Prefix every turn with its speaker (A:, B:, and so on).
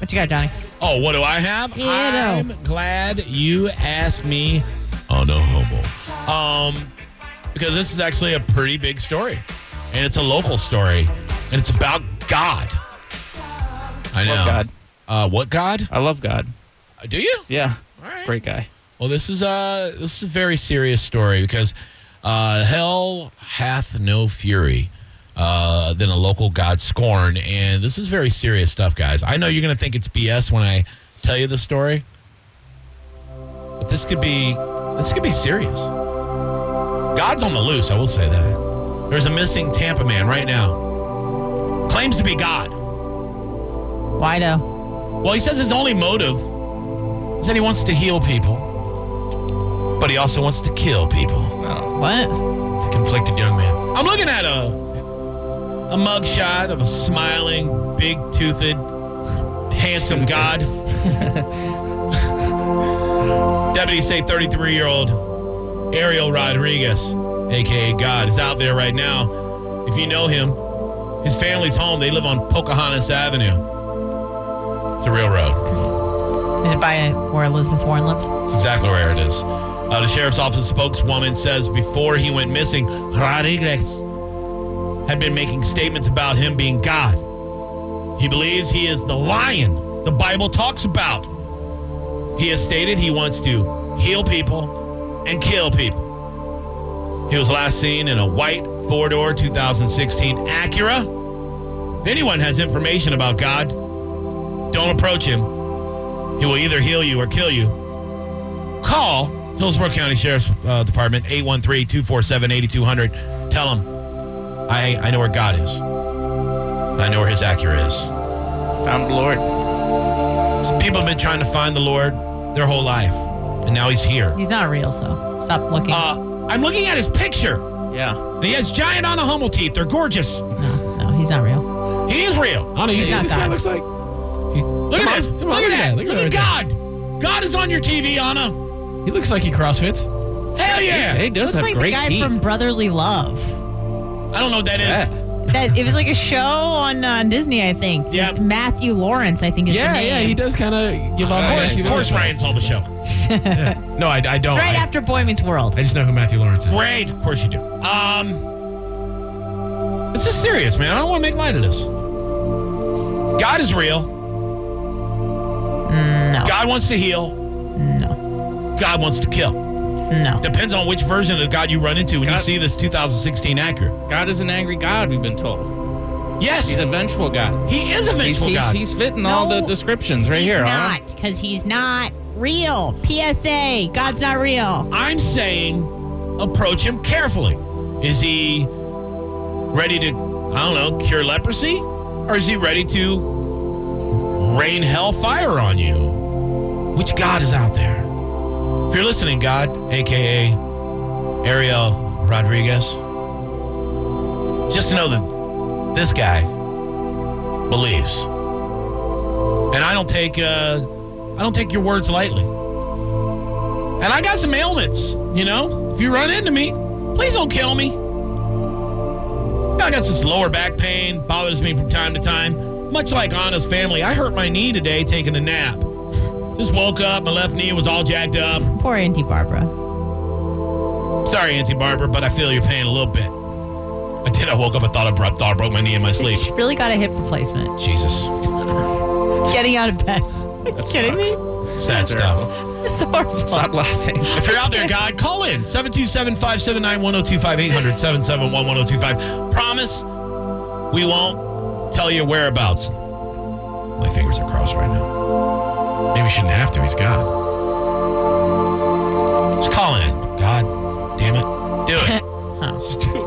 A: What you got, Johnny?
B: Oh, what do I have?
A: Yeah,
B: I'm
A: no.
B: glad you asked me on a hobo. Um, because this is actually a pretty big story, and it's a local story, and it's about God. I know.
C: Love God.
B: Uh, what God?
C: I love God.
B: Uh, Do you?
C: Yeah.
B: All right.
C: Great guy.
B: Well, this is a this is a very serious story because uh, hell hath no fury uh, than a local god scorned, and this is very serious stuff, guys. I know you're gonna think it's BS when I tell you the story, but this could be this could be serious. God's on the loose. I will say that. There's a missing Tampa man right now. Claims to be God.
A: Why do?
B: Well, he says his only motive is that he wants to heal people, but he also wants to kill people.
C: No.
A: What?
B: It's a conflicted young man. I'm looking at a a mugshot of a smiling, big-toothed, handsome god. Deputies say 33-year-old Ariel Rodriguez, aka God, is out there right now. If you know him, his family's home. They live on Pocahontas Avenue. It's a real road.
A: Is it by where Elizabeth Warren lives?
B: That's exactly where it is. Uh, the sheriff's office spokeswoman says before he went missing, Rodriguez had been making statements about him being God. He believes he is the lion the Bible talks about. He has stated he wants to heal people and kill people. He was last seen in a white four door 2016 Acura. If anyone has information about God, don't approach him. He will either heal you or kill you call Hillsborough County Sheriff's uh, Department 813-247-8200. Tell them I I know where God is. I know where his Acura is.
C: Found the Lord.
B: So people have been trying to find the Lord their whole life, and now he's here.
A: He's not real, so stop looking.
B: Uh, I'm looking at his picture,
C: Yeah.
B: and he has giant on a Hummel teeth. They're gorgeous.
A: no, no, he's not real.
B: He is real. I don't know.
A: He's not God.
B: like? Look at
D: Come on,
B: this.
D: come on,
B: look, at that. Look, at
D: that right
B: God. God is on your TV, Anna.
D: He looks like he CrossFits.
B: Hell yeah.
C: He does
A: Looks
C: have
A: like the
C: great
A: guy
C: teeth.
A: from Brotherly Love.
B: I don't know what that is.
C: yeah.
A: That it was like a show on uh, Disney, I think.
B: Yeah.
A: Matthew Lawrence, I think is the
D: Yeah,
A: name.
D: yeah, he does kind of give off.
B: Of
D: that
B: course, of
D: humility.
B: course Ryan's on the show.
D: No, I, I don't.
A: Right
D: I,
A: after Boy Meets World.
D: I just know who Matthew Lawrence is.
B: Great. Of course you do. Um, this is serious, man. I don't want to make light of this. God is real.
A: Mm, no.
B: God wants to heal.
A: No.
B: God wants to kill.
A: No.
B: Depends on which version of God you run into when you
C: God-
B: see this 2016 Acura.
C: God is an angry God, we've been told.
B: Yes,
C: He's a vengeful God.
B: he is a
C: He's,
B: vengeful
C: he's,
B: God.
C: he's fitting all the
A: No,
C: descriptions right
A: he's
C: here. huh?
A: not, because he's not real. PSA, God's not real.
B: I'm saying approach him carefully. Is he ready to, I don't know, cure leprosy? Or is he ready to rain hellfire on you? Which God is out there? If you're listening, God, aka Ariel Rodriguez, just know that this guy believes. And I don't take uh, I don't take your words lightly. And I got some ailments, you know? If you run into me, please don't kill me. I got this lower back pain, bothers me from time to time. Much like Anna's family, I hurt my knee today taking a nap. Just woke up, my left knee was all jacked up.
A: Poor Auntie Barbara.
B: Sorry, Auntie Barbara, but I feel your pain a little bit. I did. I woke up, I thought I broke, thought I broke my knee in my sleep.
A: She really got a hip replacement.
B: Jesus.
A: Getting out of bed. Are you kidding me?
B: Sad stuff.
A: That's horrible.
C: Stop laughing.
B: If you're out there, God, call in 727 579 1025 800 771 1025. Promise we won't tell your whereabouts. My fingers are crossed right now. Maybe we shouldn't have to. He's God. Just call in. God, damn it. Do it. Just do